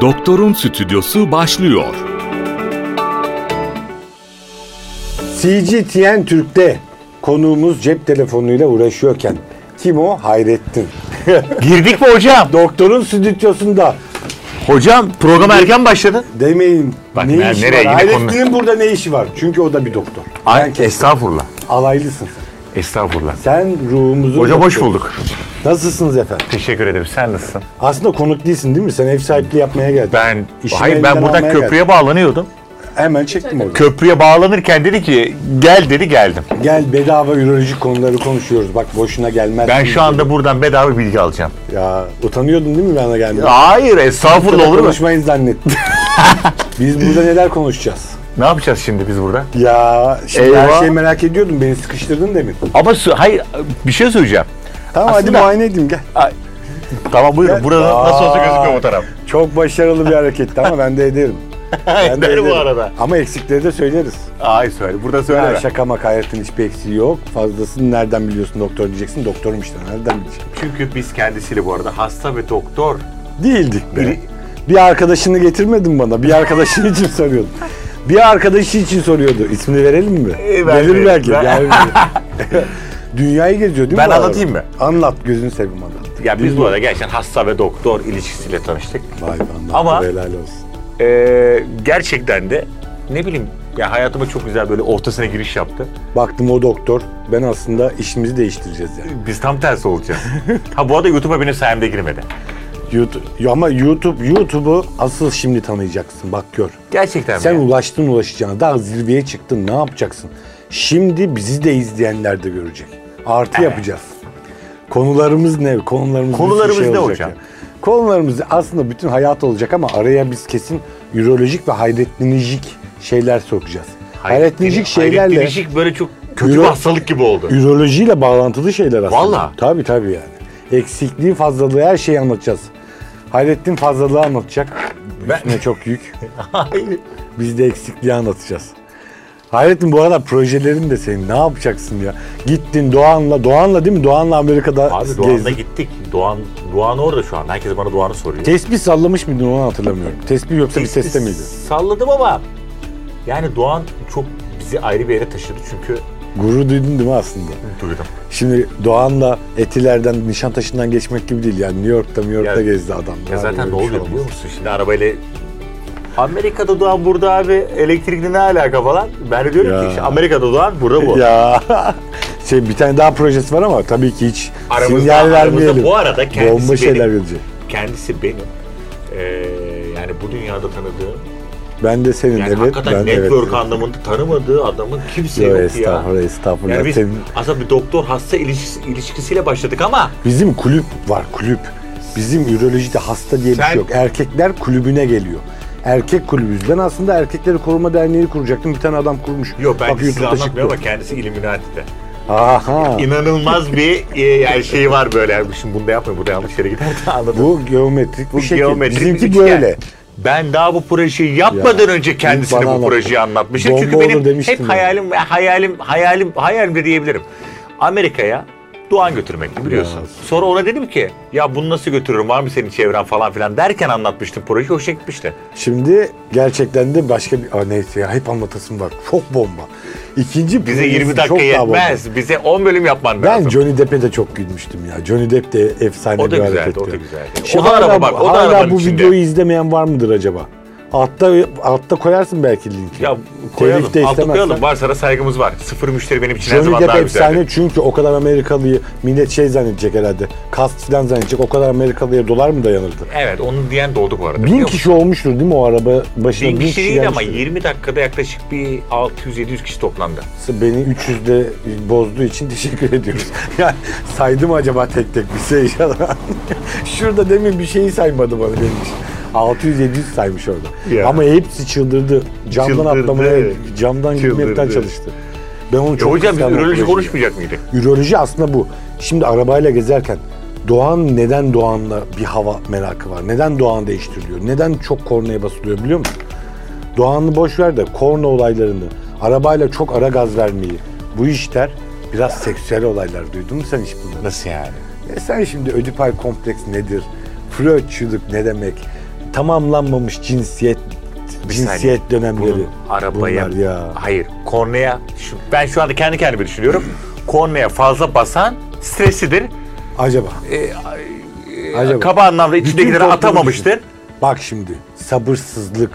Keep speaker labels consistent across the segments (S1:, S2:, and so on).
S1: Doktor'un stüdyosu başlıyor.
S2: CGTN Türk'te konuğumuz cep telefonuyla uğraşıyorken kim o? Hayrettin.
S3: Girdik mi hocam?
S2: Doktorun stüdyosunda
S3: Hocam program erken başladı.
S2: demeyin
S3: Bak
S2: ne
S3: ben
S2: işi
S3: nereye
S2: var.
S3: yine
S2: Hayrettin'in burada ne işi var? Çünkü o da bir doktor.
S3: Ay, estağfurullah.
S2: Alaylısın sen.
S3: Estağfurullah.
S2: Sen ruhumuzun
S3: Hocam hoş
S2: doktoru.
S3: bulduk.
S2: Nasılsınız efendim?
S3: Teşekkür ederim. Sen nasılsın?
S2: Aslında konuk değilsin değil mi? Sen ev sahipliği yapmaya geldin.
S3: Ben
S2: İşimi
S3: hayır
S2: elinden
S3: ben buradan
S2: almaya
S3: köprüye bağlanıyordum.
S2: geldim. Hemen çektim orada.
S3: Köprüye bağlanırken dedi ki gel dedi geldim.
S2: Gel bedava üroloji konuları konuşuyoruz. Bak boşuna gelmez.
S3: Ben şu anda buradan bedava bilgi alacağım.
S2: Ya utanıyordun değil mi bana gelmeye?
S3: Hayır estağfurullah olur mu?
S2: Konuşmayın zannettim. Biz burada neler konuşacağız?
S3: Ne yapacağız şimdi biz burada?
S2: Ya şimdi her
S3: Eyvah.
S2: şeyi merak ediyordum. Beni sıkıştırdın demin.
S3: Ama sö- hayır bir şey söyleyeceğim.
S2: Tamam
S3: Aslında-
S2: hadi muayene edeyim gel.
S3: Tamam buyurun. Burada nasıl olsa gözüküyor bu taraf.
S2: Çok başarılı bir hareketti ama ben de ederim. Ben de
S3: Der bu
S2: ederim.
S3: arada.
S2: Ama eksikleri de söyleriz.
S3: Ay söyle. Burada söyle.
S2: Ya şaka makayetin hiçbir eksiği yok. Fazlasını nereden biliyorsun doktor diyeceksin. Doktorum işte nereden bileceğim.
S3: Çünkü biz kendisiyle bu arada hasta ve doktor.
S2: Değildik be.
S3: Biri-
S2: Bir arkadaşını getirmedin bana. Bir arkadaşın için soruyordun. Bir arkadaşı için soruyordu. İsmini verelim mi?
S3: Ee, ver-
S2: Verir
S3: ver-
S2: belki.
S3: ver.
S2: yani. Dünyayı geziyor değil mi?
S3: Ben
S2: bu adam?
S3: anlatayım mı?
S2: Anlat gözünü seveyim anlat.
S3: Ya biz bu arada gerçekten hasta ve doktor ilişkisiyle tanıştık.
S2: Vay be anlat.
S3: Ama-
S2: Helal olsun.
S3: Ee, gerçekten de ne bileyim ya hayatıma çok güzel böyle ortasına giriş yaptı.
S2: Baktım o doktor. Ben aslında işimizi değiştireceğiz yani.
S3: Biz tam tersi olacağız. ha bu arada YouTube'a benim sayemde girmedi.
S2: YouTube, ama YouTube YouTube'u asıl şimdi tanıyacaksın bak gör.
S3: Gerçekten
S2: Sen
S3: mi?
S2: ulaştın ulaşacağına daha zirveye çıktın ne yapacaksın? Şimdi bizi de izleyenler de görecek. Artı yapacağız. Konularımız ne? Konularımız, bir sürü şey
S3: Konularımız ne
S2: olacak
S3: hocam?
S2: ya. Konularımız aslında bütün hayat olacak ama araya biz kesin ürolojik ve hayretlinijik şeyler sokacağız. Hayretlinijik şeylerle
S3: Hayrettinijik böyle çok kötü
S2: Euro-
S3: bir hastalık gibi oldu.
S2: Ürolojiyle bağlantılı şeyler aslında.
S3: Valla.
S2: Tabii tabii yani. Eksikliği, fazlalığı her şeyi anlatacağız. Hayrettin fazlalığı anlatacak.
S3: Ben-
S2: Üstüne çok yük. Biz de eksikliği anlatacağız. Hayrettin bu arada projelerin de senin. Ne yapacaksın ya? Gittin Doğan'la, Doğan'la değil mi? Doğan'la Amerika'da
S3: Abi
S2: gezdin.
S3: Doğan'la gittik. Doğan, Doğan orada şu an. Herkes bana Doğan'ı soruyor.
S2: Tespih sallamış mıydın onu hatırlamıyorum. Tespih yoksa bir seste miydi?
S3: Salladım ama yani Doğan çok bizi ayrı bir yere taşıdı çünkü
S2: Gurur duydun değil mi aslında?
S3: duydum.
S2: Şimdi Doğan'la Etiler'den Nişantaşı'ndan geçmek gibi değil. Yani New York'ta New York'ta
S3: Ya-
S2: gezdi adam.
S3: Ya
S2: Yani öyle
S3: zaten ne
S2: bir şey
S3: oluyor
S2: olmaz.
S3: biliyor musun? Şimdi arabayla Amerika'da doğan burada abi elektrikli ne alaka falan. Ben de diyorum
S2: Ya.
S3: ki işte Amerika'da doğan burada bu.
S2: Ya şey bir tane daha projesi var ama tabii ki hiç
S3: Aramızda-
S2: sinyal
S3: aramızda
S2: vermeyelim.
S3: bu arada kendisi
S2: Bomba
S3: benim.
S2: şeyler gelecek.
S3: Kendisi benim. Ee, yani bu dünyada tanıdığım,
S2: Ben de senin
S3: yani
S2: evet
S3: hakikaten
S2: ben evet.
S3: network anlamında tanımadığı adamın kimse
S2: Yo,
S3: yok, ya.
S2: estağfurullah estağfurullah.
S3: Yani biz
S2: Senin-
S3: aslında bir doktor hasta ilişkisi, ilişkisiyle başladık ama
S2: Bizim kulüp var kulüp. Bizim ürolojide hasta diye bir şey
S3: Sen-
S2: yok. Erkekler kulübüne geliyor. Erkek kulübüyüz. Ben aslında Erkekleri Koruma Derneği kuracaktım. Bir tane adam kurmuş.
S3: yok ben
S2: Bak,
S3: size
S2: YouTube'da
S3: anlatmıyorum
S2: çıktı.
S3: ama kendisi Illuminati'de.
S2: Aha.
S3: İnanılmaz bir e, yani şey var böyle. Yani şimdi bunu da yapmayın. Bu da yanlış yere gider de anladın.
S2: Bu geometrik bir şekil.
S3: geometrik bir
S2: Bizimki
S3: üçgen.
S2: böyle.
S3: Ben daha bu projeyi yapmadan
S2: Ya,
S3: önce kendisine
S2: bana
S3: bu
S2: anlat.
S3: projeyi anlatmıştım.
S2: Bomba
S3: Çünkü
S2: olur
S3: benim
S2: demiştim
S3: hep
S2: ya.
S3: hayalim, hayalim, hayalim, hayalim de diyebilirim. Amerika'ya Doğan götürmekti biliyorsun. Sonra ona dedim ki ya bunu nasıl götürürüm var mı senin çevren falan filan derken anlatmıştım projeyi hoşuna gitmişti.
S2: Şimdi gerçekten de başka bir... Aa, neyse ya hep anlatasım var. Çok bomba. İkinci
S3: Bize
S2: projesi
S3: 20
S2: çok
S3: dakika
S2: daha
S3: yetmez. Bize 10 bölüm yapman
S2: bomba. Ben
S3: lazım.
S2: Johnny Depp'e de çok gülmüştüm ya. Johnny Depp de efsane
S3: O da
S2: bir
S3: güzeldi,
S2: hareketti.
S3: o da güzeldi.
S2: Şu
S3: O da
S2: hala-
S3: araba bak, o da
S2: hala
S3: arabanın
S2: bu
S3: içinde.
S2: videoyu izlemeyen var mıdır acaba? Altta, altta koyarsın belki linki.
S3: Ya koyalım.
S2: Telif de
S3: Altta
S2: istemezsen.
S3: koyalım. Var sana saygımız var. Sıfır müşteri benim için her
S2: Johnny
S3: zaman
S2: Depp
S3: daha
S2: efsane
S3: güzeldi.
S2: çünkü o kadar Amerikalıyı millet şey zannedecek herhalde. Kast falan zannedecek. O kadar Amerikalıya dolar mı dayanırdı?
S3: Evet onu diyen de oldu bu arada.
S2: Bin
S3: biliyor
S2: kişi olmuştur değil mi o araba başına?
S3: Bin kişi şey değil ama
S2: gelmiştir.
S3: 20 dakikada yaklaşık bir 600-700 kişi toplandı.
S2: Beni 300'de bozduğu için teşekkür ediyoruz. Yani saydım acaba tek tek bir şey inşallah. Şurada demin bir şeyi saymadı bana benim için. 600 700 saymış orada.
S3: Ya.
S2: Ama hepsi çıldırdı. Camdan
S3: Çıldırdı.
S2: atlamaya, camdan
S3: Çıldırdı.
S2: gitmekten çalıştı. Ben onu çok
S3: Çok hocam biz
S2: kıskandım
S3: üroloji
S2: projeyi.
S3: konuşmayacak mıydık?
S2: Üroloji aslında bu. Şimdi arabayla gezerken Doğan neden Doğan'la bir hava merakı var? Neden Doğan değiştiriliyor? Neden çok kornaya basılıyor biliyor musun? Doğan'ı boş ver de korna olaylarını, arabayla çok ara gaz vermeyi, bu işler biraz seksüel olaylar. Duydun mu sen hiç bunları?
S3: Nasıl yani?
S2: E sen şimdi ödipal kompleks nedir? Freudçuluk ne demek? tamamlanmamış cinsiyet
S3: Bir
S2: cinsiyet dönemleri.
S3: Bunun arabaya...
S2: Bunlar ya.
S3: Hayır. Kornaya... Şu, ben şu anda kendi kendime düşünüyorum. Kornaya fazla basan stresidir.
S2: Acaba.
S3: E,
S2: Acaba.
S3: Kaba anlamda içindekileri
S2: toplumu
S3: atamamıştır.
S2: Bak şimdi sabırsızlık.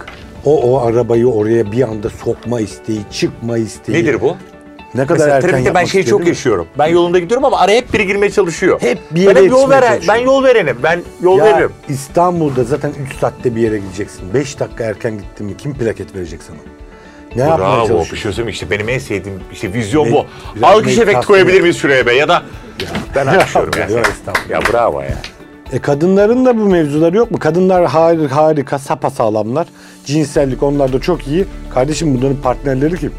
S2: O o arabayı oraya bir anda sokma isteği, çıkma isteği.
S3: Nedir bu?
S2: Ne kadar
S3: Mesela
S2: erken
S3: trafikte ben
S2: yapmak
S3: şeyi
S2: istiyor,
S3: çok
S2: değil mi?
S3: yaşıyorum. Ben yolunda gidiyorum ama araya hep biri girmeye çalışıyor.
S2: Hep bir yere
S3: ben yol
S2: yetişmeye
S3: veren, ben
S2: çalışıyor.
S3: yol verenim. Ben yol
S2: Ya
S3: veririm.
S2: İstanbul'da zaten 3 saatte bir yere gideceksin. 5 dakika erken gittin mi kim plaket verecek sana? Ne yapmaya
S3: Bravo.
S2: çalışıyorsun?
S3: Düşünsene işte benim en sevdiğim işte vizyon
S2: Me-
S3: bu.
S2: biraz
S3: Alkış efekti
S2: meditasyon.
S3: koyabilir miyiz şuraya be ya da ben alkışlıyorum ya.
S2: Ya estağfurullah.
S3: Ya bravo ya.
S2: E kadınların da bu mevzuları yok mu? Kadınlar harika, harika sapasağlamlar. Cinsellik onlar da çok iyi. Kardeşim bunların partnerleri kim?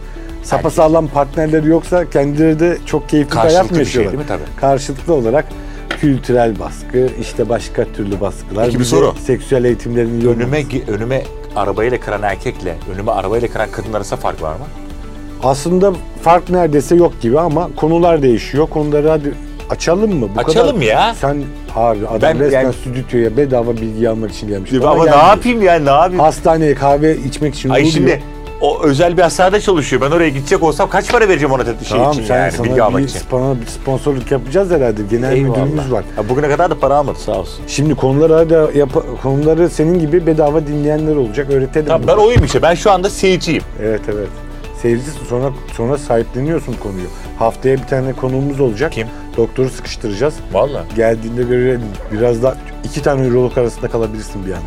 S2: Sapasağlam partnerleri yoksa kendileri de çok keyifli bir hayat
S3: Karşılıklı
S2: mı
S3: bir şey
S2: yaşıyorlar?
S3: değil mi? Tabii.
S2: Karşılıklı olarak kültürel baskı, işte başka türlü baskılar.
S3: Peki bir
S2: bize
S3: soru.
S2: Seksüel eğitimlerin yolu.
S3: Önüme gi- önüme arabayla kıran erkekle önüme arabayla kıran kadın arasında fark var mı?
S2: Aslında fark neredeyse yok gibi ama konular değişiyor. Konuları hadi açalım mı? Bu
S3: Açalım ya.
S2: Sen abi adam
S3: Ben
S2: resmen
S3: yani-
S2: stüdyoya bedava bilgi almak için gelmiş. Bana
S3: Ama ne
S2: gelmiyor.
S3: yapayım yani ne yapayım?
S2: Hastaneye kahve içmek için
S3: Ay
S2: uğruyor.
S3: şimdi o özel bir hastanede çalışıyor. Ben oraya gidecek olsam kaç para vereceğim ona şey
S2: tamam,
S3: için
S2: sen
S3: yani
S2: sana
S3: bilgi almak
S2: bir
S3: için.
S2: spon- bir sponsorluk yapacağız herhalde. Genel müdürümüz var.
S3: Ya bugüne kadar da para almadı sağ olsun.
S2: Şimdi konuları da yap- konuları senin gibi bedava dinleyenler olacak. Öğretelim.
S3: Tamam
S2: bunu.
S3: ben oyum işte. Ben şu anda seyirciyim.
S2: Evet evet. Seyircisin sonra sonra sahipleniyorsun konuyu. Haftaya bir tane konuğumuz olacak.
S3: Kim?
S2: Doktoru sıkıştıracağız.
S3: Valla.
S2: Geldiğinde göre biraz daha iki tane ürolog arasında kalabilirsin bir anda.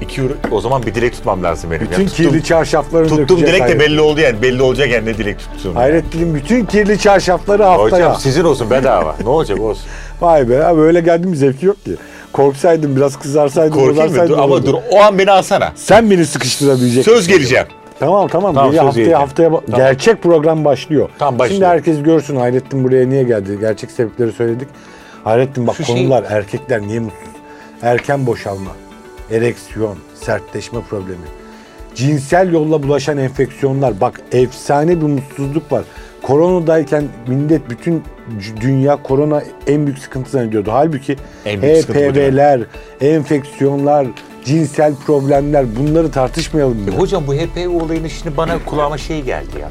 S3: İki euro. O zaman bir dilek tutmam lazım benim. ya.
S2: Bütün
S3: Tuttum-
S2: kirli çarşaflarını
S3: Tuttuğum
S2: dökeceğiz
S3: dilek de
S2: Hayrettin.
S3: belli oldu yani. Belli olacak yani ne dilek tuttuğum.
S2: Hayrettin'in bütün kirli çarşafları haftaya.
S3: Hocam sizin olsun bedava. ne olacak olsun.
S2: Vay be abi öyle geldim zevki yok ki. Korksaydım biraz kızarsaydım.
S3: Korkayım mı?
S2: bozarsaydım
S3: Dur, ama
S2: olurdu.
S3: dur o an beni alsana.
S2: Sen beni sıkıştırabilecek.
S3: Söz geleceğim.
S2: Tamam tamam. Geriye
S3: Tamam, söz
S2: haftaya
S3: geleceğim.
S2: haftaya ba-
S3: Tamam.
S2: gerçek program başlıyor.
S3: Tamam, başlıyor.
S2: Şimdi herkes görsün Hayrettin buraya niye geldi. Gerçek sebepleri söyledik. Hayrettin bak
S3: Şu şey-
S2: konular erkekler niye mutsuz? Erken boşalma, ereksiyon, sertleşme problemi. Cinsel yolla bulaşan enfeksiyonlar. Bak efsane bir mutsuzluk var. Koronadayken millet bütün c- dünya korona en büyük sıkıntı zannediyordu. Halbuki
S3: En büyük sıkıntı bu değil mi?
S2: HPV'ler, enfeksiyonlar, cinsel problemler bunları tartışmayalım mı?
S3: E hocam bu HPV olayını şimdi bana kulağıma şey geldi ya.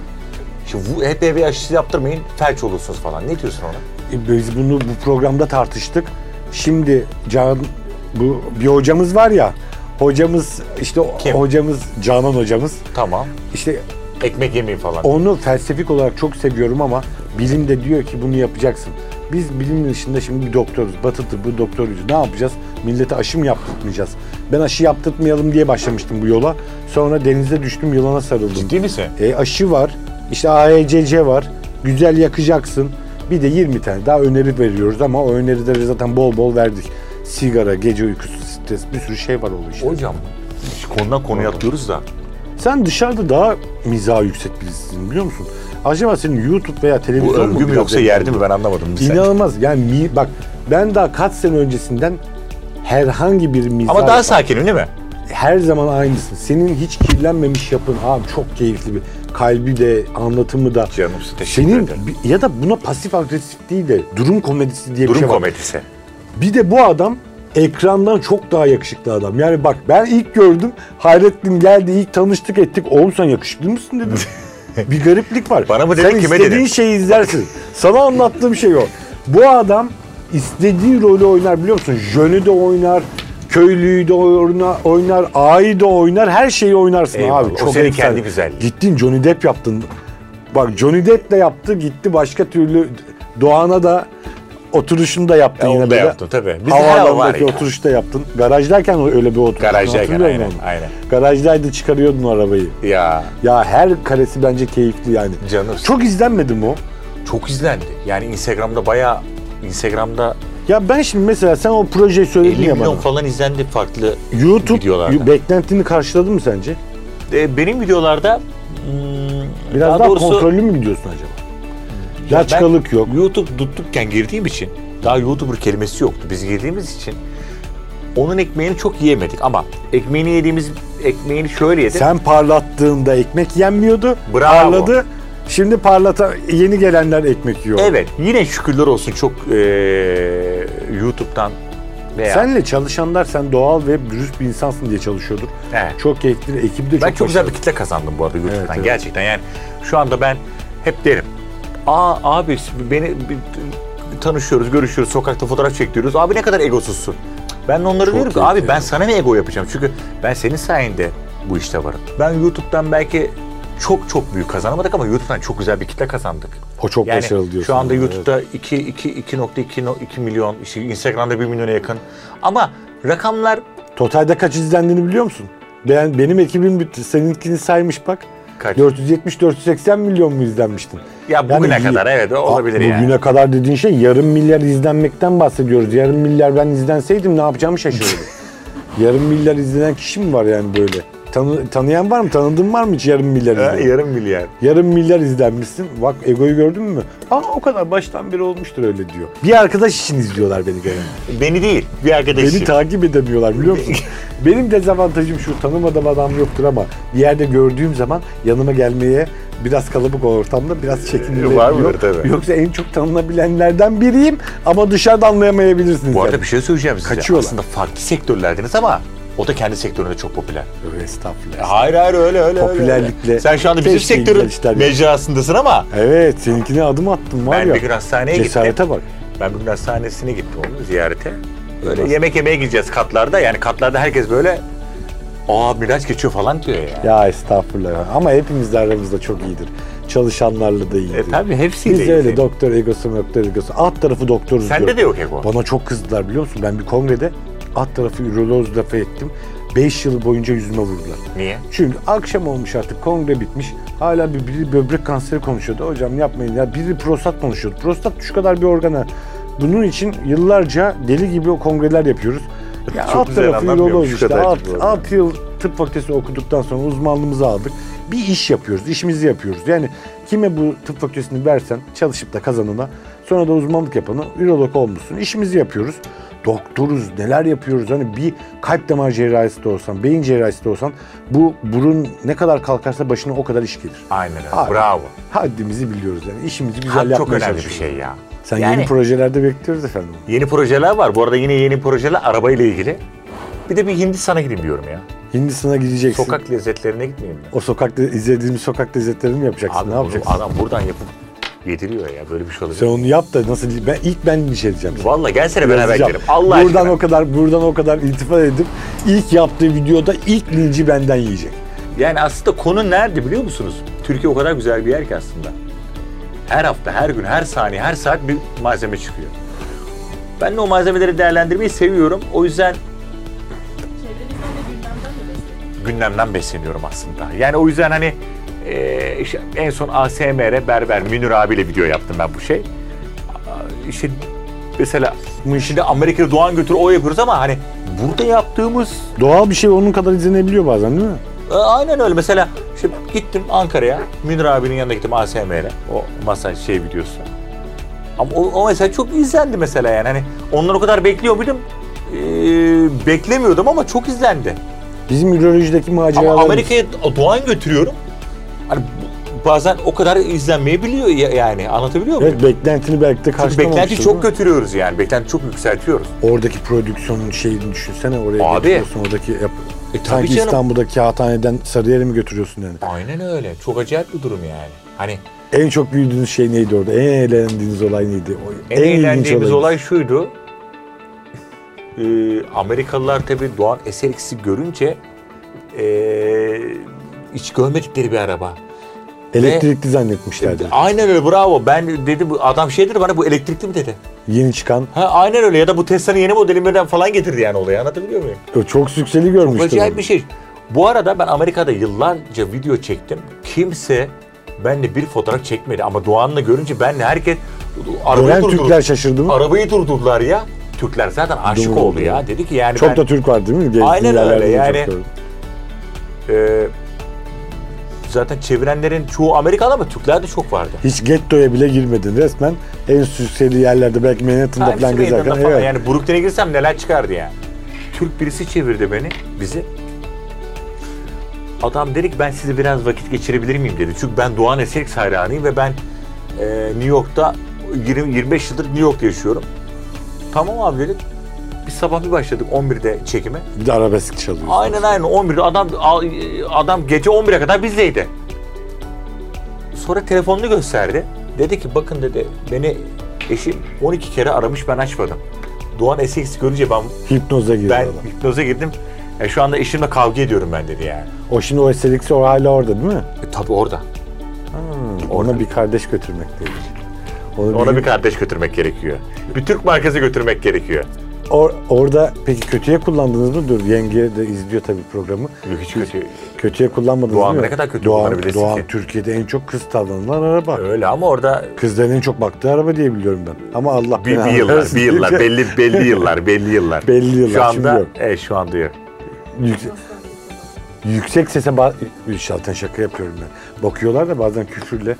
S3: Şimdi bu HPV aşısı yaptırmayın felç olursunuz falan. Ne diyorsun ona?
S2: E, Biz bunu bu programda tartıştık. Şimdi Can bu bir hocamız var ya. Hocamız işte o-
S3: Kim?
S2: hocamız Canan hocamız.
S3: Tamam.
S2: İşte
S3: Ekmek yemeyin falan.
S2: onu felsefik olarak çok seviyorum ama bilim de diyor ki bunu yapacaksın. Biz bilim dışında şimdi bir doktoruz. Batı tıbbı doktoruyuz. Ne yapacağız? Millete aşı mı yaptırtmayacağız? Ben aşı yaptırtmayalım diye başlamıştım bu yola. Sonra denize düştüm yılana sarıldım.
S3: Ciddi misin?
S2: E, aşı var, işte AECC var, güzel yakacaksın. Bir de 20 tane daha öneri veriyoruz ama o önerileri zaten bol bol verdik. Sigara, gece uykusu, stres bir sürü şey var o işte.
S3: Hocam şu konudan konuya atlıyoruz da.
S2: Sen dışarıda daha mizahı yüksek birisin biliyor musun? Acaba senin YouTube veya televizyon
S3: Bu övgü
S2: mu
S3: mü yoksa
S2: biraz-
S3: yerdi mi ben anlamadım. Bir saniye.
S2: İnanılmaz yani mi- bak ben daha kaç sene öncesinden herhangi bir mizah
S3: Ama daha
S2: yapan-
S3: sakinim değil mi?
S2: her zaman aynısın. Senin hiç kirlenmemiş yapın abi çok keyifli bir kalbi de anlatımı da.
S3: Canımsın, teşekkür
S2: Senin
S3: ederim.
S2: bi- ya da buna pasif agresif değil de durum komedisi diye bir
S3: Durum
S2: şey var.
S3: komedisi.
S2: Bir de bu adam ekrandan çok daha yakışıklı adam. Yani bak ben ilk gördüm Hayrettin geldi ilk tanıştık ettik. Oğlum sen yakışıklı mısın dedim. bir gariplik var.
S3: Bana mı dedin,
S2: Sen
S3: kime
S2: istediğin
S3: dedin?
S2: şeyi izlersin. Sana anlattığım şey o. Bu adam istediği rolü oynar biliyor musun? Jönü de oynar, köylüyü de oynar, oynar ağayı da oynar, her şeyi oynarsın
S3: Eyvallah,
S2: abi.
S3: o senin
S2: efsane.
S3: kendi güzelliğin.
S2: Gittin Johnny Depp yaptın. Bak Johnny Depp de yaptı, gitti başka türlü Doğan'a da oturuşunu da yaptı
S3: E,
S2: yine
S3: onu da
S2: böyle.
S3: yaptın tabii. Bizde her var
S2: Havaalanındaki
S3: ya.
S2: oturuşta yaptın. Garajdayken öyle bir oturuş.
S3: Garajdayken,
S2: Hatırlıyorum
S3: aynen,
S2: onu.
S3: aynen.
S2: Garajdaydı çıkarıyordun arabayı.
S3: Ya
S2: Ya her karesi bence keyifli yani.
S3: canım. Çok,
S2: Çok izlenmedi mi o?
S3: çok izlendi. Yani Instagram'da bayağı Instagram'da
S2: Ya ben şimdi mesela sen o projeyi
S3: 50
S2: söyledin ya bana.
S3: milyon falan izlendi farklı
S2: YouTube
S3: videolarda.
S2: yu- beklentini karşıladı mı sence?
S3: E, benim videolarda hmm,
S2: Biraz daha, kontrollü mü gidiyorsun acaba?
S3: Ya ben
S2: Laçkalık yok.
S3: YouTube tuttukken girdiğim için daha YouTuber kelimesi yoktu. Biz girdiğimiz için onun ekmeğini çok yiyemedik ama ekmeğini yediğimiz ekmeğini şöyle yedik.
S2: Sen parlattığında ekmek yenmiyordu.
S3: Bravo.
S2: Parladı. Şimdi parlata yeni gelenler ekmek yiyor.
S3: Evet yine şükürler olsun çok e, YouTube'dan Veya-
S2: Senle çalışanlar sen doğal ve dürüst bir insansın diye çalışıyordur.
S3: Evet.
S2: Çok keyifli, ekibi de çok
S3: Ben çok güzel
S2: başarılı.
S3: bir kitle kazandım bu arada YouTube'dan
S2: Evet, evet.
S3: gerçekten. Yani şu anda ben hep derim. Aa abi beni bir- tanışıyoruz, görüşüyoruz, sokakta fotoğraf çektiriyoruz. Abi ne kadar egosuzsun. Ben de onları
S2: Çok
S3: diyorum ki
S2: iyi
S3: abi
S2: ya."
S3: ben sana mı ego yapacağım? Çünkü ben senin sayende bu işte varım. Ben YouTube'dan belki çok çok büyük kazanamadık ama YouTube'dan çok güzel bir kitle kazandık.
S2: O çok
S3: Yani
S2: başarılı diyorsun.
S3: şu anda
S2: Evet.
S3: YouTube'da 2 2 2.2 no- 2 milyon, işte Instagram'da 1 milyona yakın. Ama rakamlar
S2: Totalde kaç izlendiğini biliyor musun? Ben, benim ekibim bitti. Seninkini saymış bak.
S3: kaç?
S2: 470-480 milyon mu izlenmiştin?
S3: ya bugüne
S2: Yani-
S3: kadar evet olabilir
S2: Aa,
S3: yani.
S2: Bugüne kadar dediğin şey yarım milyar izlenmekten bahsediyoruz. Yarım milyar ben izlenseydim ne yapacağımı şaşırıyordum. yarım milyar izlenen kişi mi var yani böyle? Tanı- tanıyan var mı? Tanıdığın var mı hiç yarım milyar
S3: Ha,
S2: izlenen?
S3: yarım milyar.
S2: Yarım milyar izlenmişsin. Bak egoyu gördün mü? Aa o kadar baştan biri olmuştur öyle diyor. Bir arkadaş için izliyorlar beni genelde.
S3: Beni değil, bir arkadaşım.
S2: Beni takip edemiyorlar biliyor musun? Benim dezavantajım şu tanımadığım adam yoktur ama bir yerde gördüğüm zaman yanıma gelmeye biraz kalabalık o ortamda biraz çekinirim.
S3: Var mıdır tabii.
S2: Yoksa en çok tanınabilenlerden biriyim ama dışarıda anlayamayabilirsiniz.
S3: Bu arada
S2: yani.
S3: bir şey söyleyeceğim size.
S2: Kaçıyorlar.
S3: Aslında farklı sektörlerdiniz ama o da kendi sektöründe çok popüler.
S2: Öyle, Estağfurullah.
S3: Hayır hayır öyle öyle. öyle.
S2: Popülerlikle
S3: Sen şu anda bizim
S2: keşke
S3: sektörün
S2: gençler ya.
S3: mecrasındasın ama
S2: Evet seninkine adım attım var
S3: ben
S2: ya.
S3: bir gün hastaneye gittim.
S2: Cesarete bak.
S3: Ben bir gün hastanesine gittim oğlum ziyarete. Böyle yemek yemeye gideceğiz katlarda. Yani katlarda herkes böyle Aa Miraç geçiyor falan diyor ya.
S2: Ya estağfurullah. Ama hepimiz de aramızda çok iyidir. Çalışanlarla da iyidir.
S3: E tabii hepsiyle.
S2: Biz öyle
S3: ilgili.
S2: doktor egosu, doktor egosu. Alt tarafı doktoruz diyorum.
S3: Sende de yok ego.
S2: Bana çok kızdılar biliyor musun? Ben bir kongrede alt tarafı üroloz lafı ettim. 5 yıl boyunca yüzüme vurdular.
S3: Niye?
S2: Çünkü akşam olmuş artık kongre bitmiş. Hala bir, biri böbrek kanseri konuşuyordu. Hocam yapmayın ya. Biri prostat konuşuyordu. Prostat şu kadar bir organa. Bunun için yıllarca deli gibi o kongreler yapıyoruz. Ya
S3: Çok
S2: alt
S3: güzel
S2: tarafı
S3: anlamıyorum,
S2: üroloz
S3: şu
S2: işte.
S3: kadarcık
S2: Alt,
S3: bu arada.
S2: alt yıl tıp fakültesi okuduktan sonra uzmanlığımızı aldık. Bir iş yapıyoruz. işimizi yapıyoruz. Yani kime bu tıp fakültesini versen çalışıp da kazanana sonra da uzmanlık yapana ürolog olmuşsun. İşimizi yapıyoruz. Doktoruz. Neler yapıyoruz? Hani bir kalp damar cerrahisi de olsan, beyin cerrahisi de olsan bu burun ne kadar kalkarsa başına o kadar iş gelir.
S3: Aynen öyle.
S2: Abi.
S3: Bravo.
S2: Haddimizi biliyoruz yani. İşimizi güzel
S3: Hak
S2: yapmaya
S3: çok önemli bir
S2: çalışıyoruz.
S3: şey ya.
S2: Sen
S3: Yani-
S2: yeni projelerde bekliyoruz efendim.
S3: Yeni projeler var. Bu arada yine yeni projeler arabayla ilgili. Bir de bir Hindistan'a gideyim diyorum ya.
S2: Hindistan'a gideceksin.
S3: Sokak lezzetlerine gitmeyeyim mi?
S2: O sokakta izlediğimiz sokak lezzetlerini mi yapacaksın?
S3: Abi
S2: ne
S3: bunu
S2: yapacaksın?
S3: Adam buradan yapıp yediriyor ya. Böyle bir şey
S2: Sen
S3: olabilir.
S2: onu yap da nasıl ben ilk ben linç edeceğim. seni.
S3: Vallahi gelsene beraber
S2: Yazacağım.
S3: gidelim. Allah
S2: buradan
S3: aşkına.
S2: o kadar buradan o kadar iltifat edip ilk yaptığı videoda ilk linci benden yiyecek.
S3: Yani aslında konu nerede biliyor musunuz? Türkiye o kadar güzel bir yer ki aslında. Her hafta, her gün, her saniye, her saat bir malzeme çıkıyor. Ben de o malzemeleri değerlendirmeyi seviyorum. O yüzden
S4: Çevrenizden de gündemden de besleniyor.
S3: gündemden besleniyorum aslında. Yani o yüzden hani e, işte en son ASMR berber Münir abiyle video yaptım ben bu şey. Aa, İşte mesela şimdi Amerika'da Doğan götür o yapıyoruz ama hani burada yaptığımız
S2: Doğal bir şey onun kadar izlenebiliyor bazen değil mi?
S3: e, aynen öyle. Mesela işte gittim Ankara'ya Münir abinin yanına gittim ASMR'e o masaj şey videosu. Ama o, o mesela çok izlendi mesela yani hani onlar o kadar bekliyor muydum? E, beklemiyordum ama çok izlendi.
S2: Bizim ürolojideki
S3: Ama
S2: maceralarımız.
S3: Amerika'ya Doğan götürüyorum. Hani bu- bazen o kadar izlenmeyebiliyor ya- yani anlatabiliyor muyum?
S2: Evet beklentini belki de
S3: Çünkü
S2: karşılamamıştır.
S3: beklenti
S2: değil mi?
S3: çok götürüyoruz yani. Beklenti çok yükseltiyoruz.
S2: Oradaki prodüksiyonun şeyini düşünsene oraya
S3: Abi.
S2: götürüyorsun oradaki yap.
S3: E tabii
S2: Sanki
S3: canım.
S2: İstanbul'daki kağıthaneden Sarıyer'e mi götürüyorsun yani?
S3: Aynen öyle. Çok acayip bir durum yani. Hani
S2: En çok güldüğünüz şey neydi orada? En eğlendiğiniz olay neydi? O,
S3: en,
S2: ilginç
S3: eğlendiğimiz
S2: olayınız.
S3: olay şuydu. Ee, Amerikalılar tabii Doğan SLX'i görünce ee, hiç görmedikleri bir araba.
S2: Elektrikli zannetmişlerdi.
S3: Aynen öyle bravo. Ben dedi bu adam şey dedi bana bu elektrikli mi dedi.
S2: Yeni çıkan
S3: Ha aynen öyle ya da bu Tesla'nın yeni modelinden falan getirdi yani olayı anlatabiliyor muyum?
S2: o çok sükseli görmüştüm.
S3: Acayip
S2: onu.
S3: bir şey. Bu arada ben Amerika'da yıllarca video çektim. Kimse benle bir fotoğraf çekmedi ama Doğan'la görünce benle herkes arabayı
S2: Gören
S3: durdurdu.
S2: Türkler şaşırdı mı?
S3: Arabayı durdurdular ya. Türkler zaten aşık
S2: Doğru,
S3: oldu
S2: doğru.
S3: ya. Dedi ki yani
S2: Çok
S3: ben
S2: da Türk var değil mi? Gezdiğin
S3: Aynen öyle
S2: yerlerde de çok
S3: yani.
S2: gördüm.
S3: e, zaten çevirenlerin çoğu Amerikalı ama Türkler de çok vardı.
S2: Hiç gettoya bile girmedin resmen. En sükseli yerlerde belki Manhattan'da
S3: Times
S2: falan gezerken.
S3: Meydanı'nda falan
S2: Evet.
S3: yani Brooklyn'e girsem neler çıkardı yani. Türk birisi çevirdi beni, bizi. Adam dedi ki ben sizi biraz vakit geçirebilir miyim dedi. Çünkü ben Doğan Eserix hayranıyım ve ben e, New York'ta 20, 25 yıldır New York'ta yaşıyorum. Tamam abi dedik. Biz sabah bir başladık 11'de çekime.
S2: Bir de arabesk çalıyor.
S3: Aynen aynen 11'de adam al- adam gece 11'e kadar bizdeydi. Sonra telefonunu gösterdi. Dedi ki bakın dedi beni eşim 12 kere aramış ben açmadım. Doğan SX görünce ben
S2: Hipnoza girdi
S3: ben
S2: adam.
S3: hipnoza girdim. E, şu anda eşimle kavga ediyorum ben dedi yani.
S2: O şimdi o estetikse o hala orada değil mi?
S3: E, tabii orada.
S2: Ona bir kardeş götürmek değil. Ona bir-
S3: Ona bir kardeş götürmek gerekiyor. Bir Türk markası götürmek gerekiyor.
S2: Or- orada peki kötüye kullandınız mı? Dur yenge de izliyor tabii programı.
S3: Yok, Hiç kötü.
S2: Kötüye kullanmadınız
S3: Doğan
S2: değil mi?
S3: ne kadar kötü
S2: Doğan,
S3: kullanabilirsin
S2: Doğan
S3: ki?
S2: Türkiye'de en çok kız tavlanılan araba.
S3: Öyle ama orada
S2: Kızların en çok baktığı araba diye biliyorum ben. Ama Allah
S3: bir, bir
S2: belanı
S3: yıllar,
S2: versin
S3: bir
S2: diye-
S3: yıllar, belli belli yıllar, belli yıllar.
S2: Belli yıllar,
S3: Şu
S2: şimdi
S3: anda,
S2: yok.
S3: e, şu anda yok.
S2: Yüksek, yüksek sese ba- zaten şaka yapıyorum ben. Bakıyorlar da bazen küfürle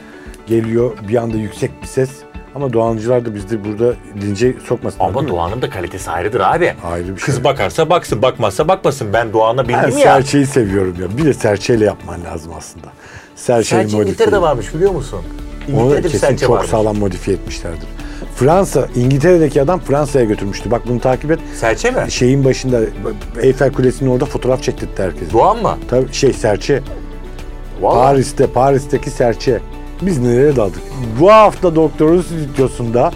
S2: geliyor bir anda yüksek bir ses. Ama Doğancılar da bizi burada lince sokmasın.
S3: Ama Doğan'ın da kalitesi ayrıdır abi.
S2: Ayrı bir
S3: Kız
S2: şey.
S3: bakarsa baksın, bakmazsa bakmasın. Ben Doğan'la şey
S2: Ben
S3: bildim ya.
S2: serçeyi seviyorum ya. Bir de serçeyle yapman lazım aslında. Serçeyi
S3: Serçe
S2: modifiye.
S3: İngiltere'de varmış biliyor musun?
S2: Onu
S3: İngiltere'de
S2: da
S3: bir
S2: kesin
S3: serçe
S2: çok
S3: varmış.
S2: sağlam modifiye etmişlerdir. Fransa, İngiltere'deki adam Fransa'ya götürmüştü. Bak bunu takip et.
S3: Serçe mi?
S2: Şeyin başında Eyfel Kulesi'nin orada fotoğraf çektirdi herkes.
S3: Doğan mı?
S2: Tabii şey serçe.
S3: Vallahi.
S2: Paris'te, Paris'teki serçe. Biz nereye daldık? Bu hafta doktorun stüdyosunda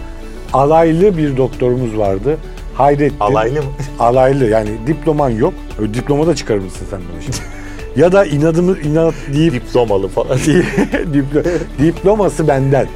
S2: alaylı bir doktorumuz vardı. Hayrettin.
S3: Alaylı mı?
S2: Alaylı yani diploman yok. Ö, Diploma da çıkarır mısın sen bana şimdi? ya da inadımı inat deyip
S3: Diplomalı falan.
S2: Diplo- diploması benden.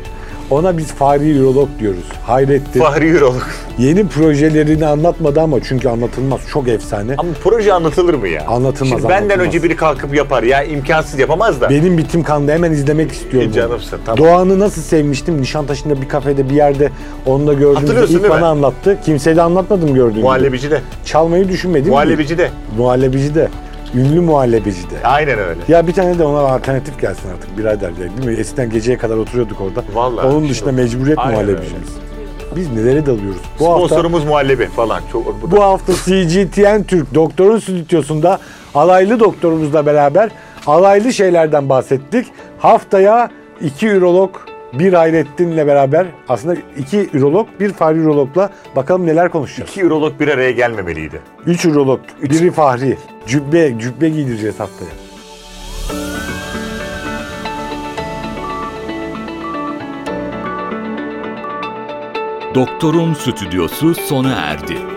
S2: Ona biz fahri ürolog diyoruz. Hayrettin.
S3: Fahri Eurolog.
S2: Yeni projelerini anlatmadı ama çünkü anlatılmaz. Çok efsane.
S3: Ama proje anlatılır mı ya?
S2: Anlatılmaz,
S3: Şimdi benden
S2: anlatılmaz.
S3: önce biri kalkıp yapar ya imkansız yapamaz da.
S2: Benim bitim kandı. Hemen izlemek istiyorum.
S3: İyi
S2: bunu.
S3: canımsın, tamam.
S2: Doğan'ı nasıl sevmiştim? Nişantaşı'nda bir kafede bir yerde onunla gördüğümde
S3: Hatırlıyorsun
S2: ilk
S3: değil
S2: bana
S3: mi?
S2: anlattı. Kimseye de anlatmadım gördüğümde.
S3: Muhallebici de.
S2: Çalmayı düşünmedim.
S3: Muhallebici de.
S2: Muhallebici de. Ünlü muhallebici de.
S3: Aynen öyle.
S2: Ya bir tane de ona alternatif gelsin artık birader ya değil mi? Eskiden geceye kadar oturuyorduk orada.
S3: Vallahi.
S2: Onun dışında mecburiyet
S3: Aynen
S2: muhallebicimiz. Biz nelere dalıyoruz? Bu hafta
S3: Sponsorumuz muhallebi falan. Çok, bu da-
S2: bu hafta CGTN Türk Doktor'un stüdyosunda alaylı doktorumuzla beraber alaylı şeylerden bahsettik. Haftaya iki ürolog bir Hayrettin'le beraber aslında iki ürolog bir fahri ürologla bakalım neler konuşacağız.
S3: İki Eurolog bir araya gelmemeliydi.
S2: Üç ürolog, biri fahri. Cübbe, cübbe giydireceğiz haftaya.
S1: Doktorun stüdyosu sona erdi.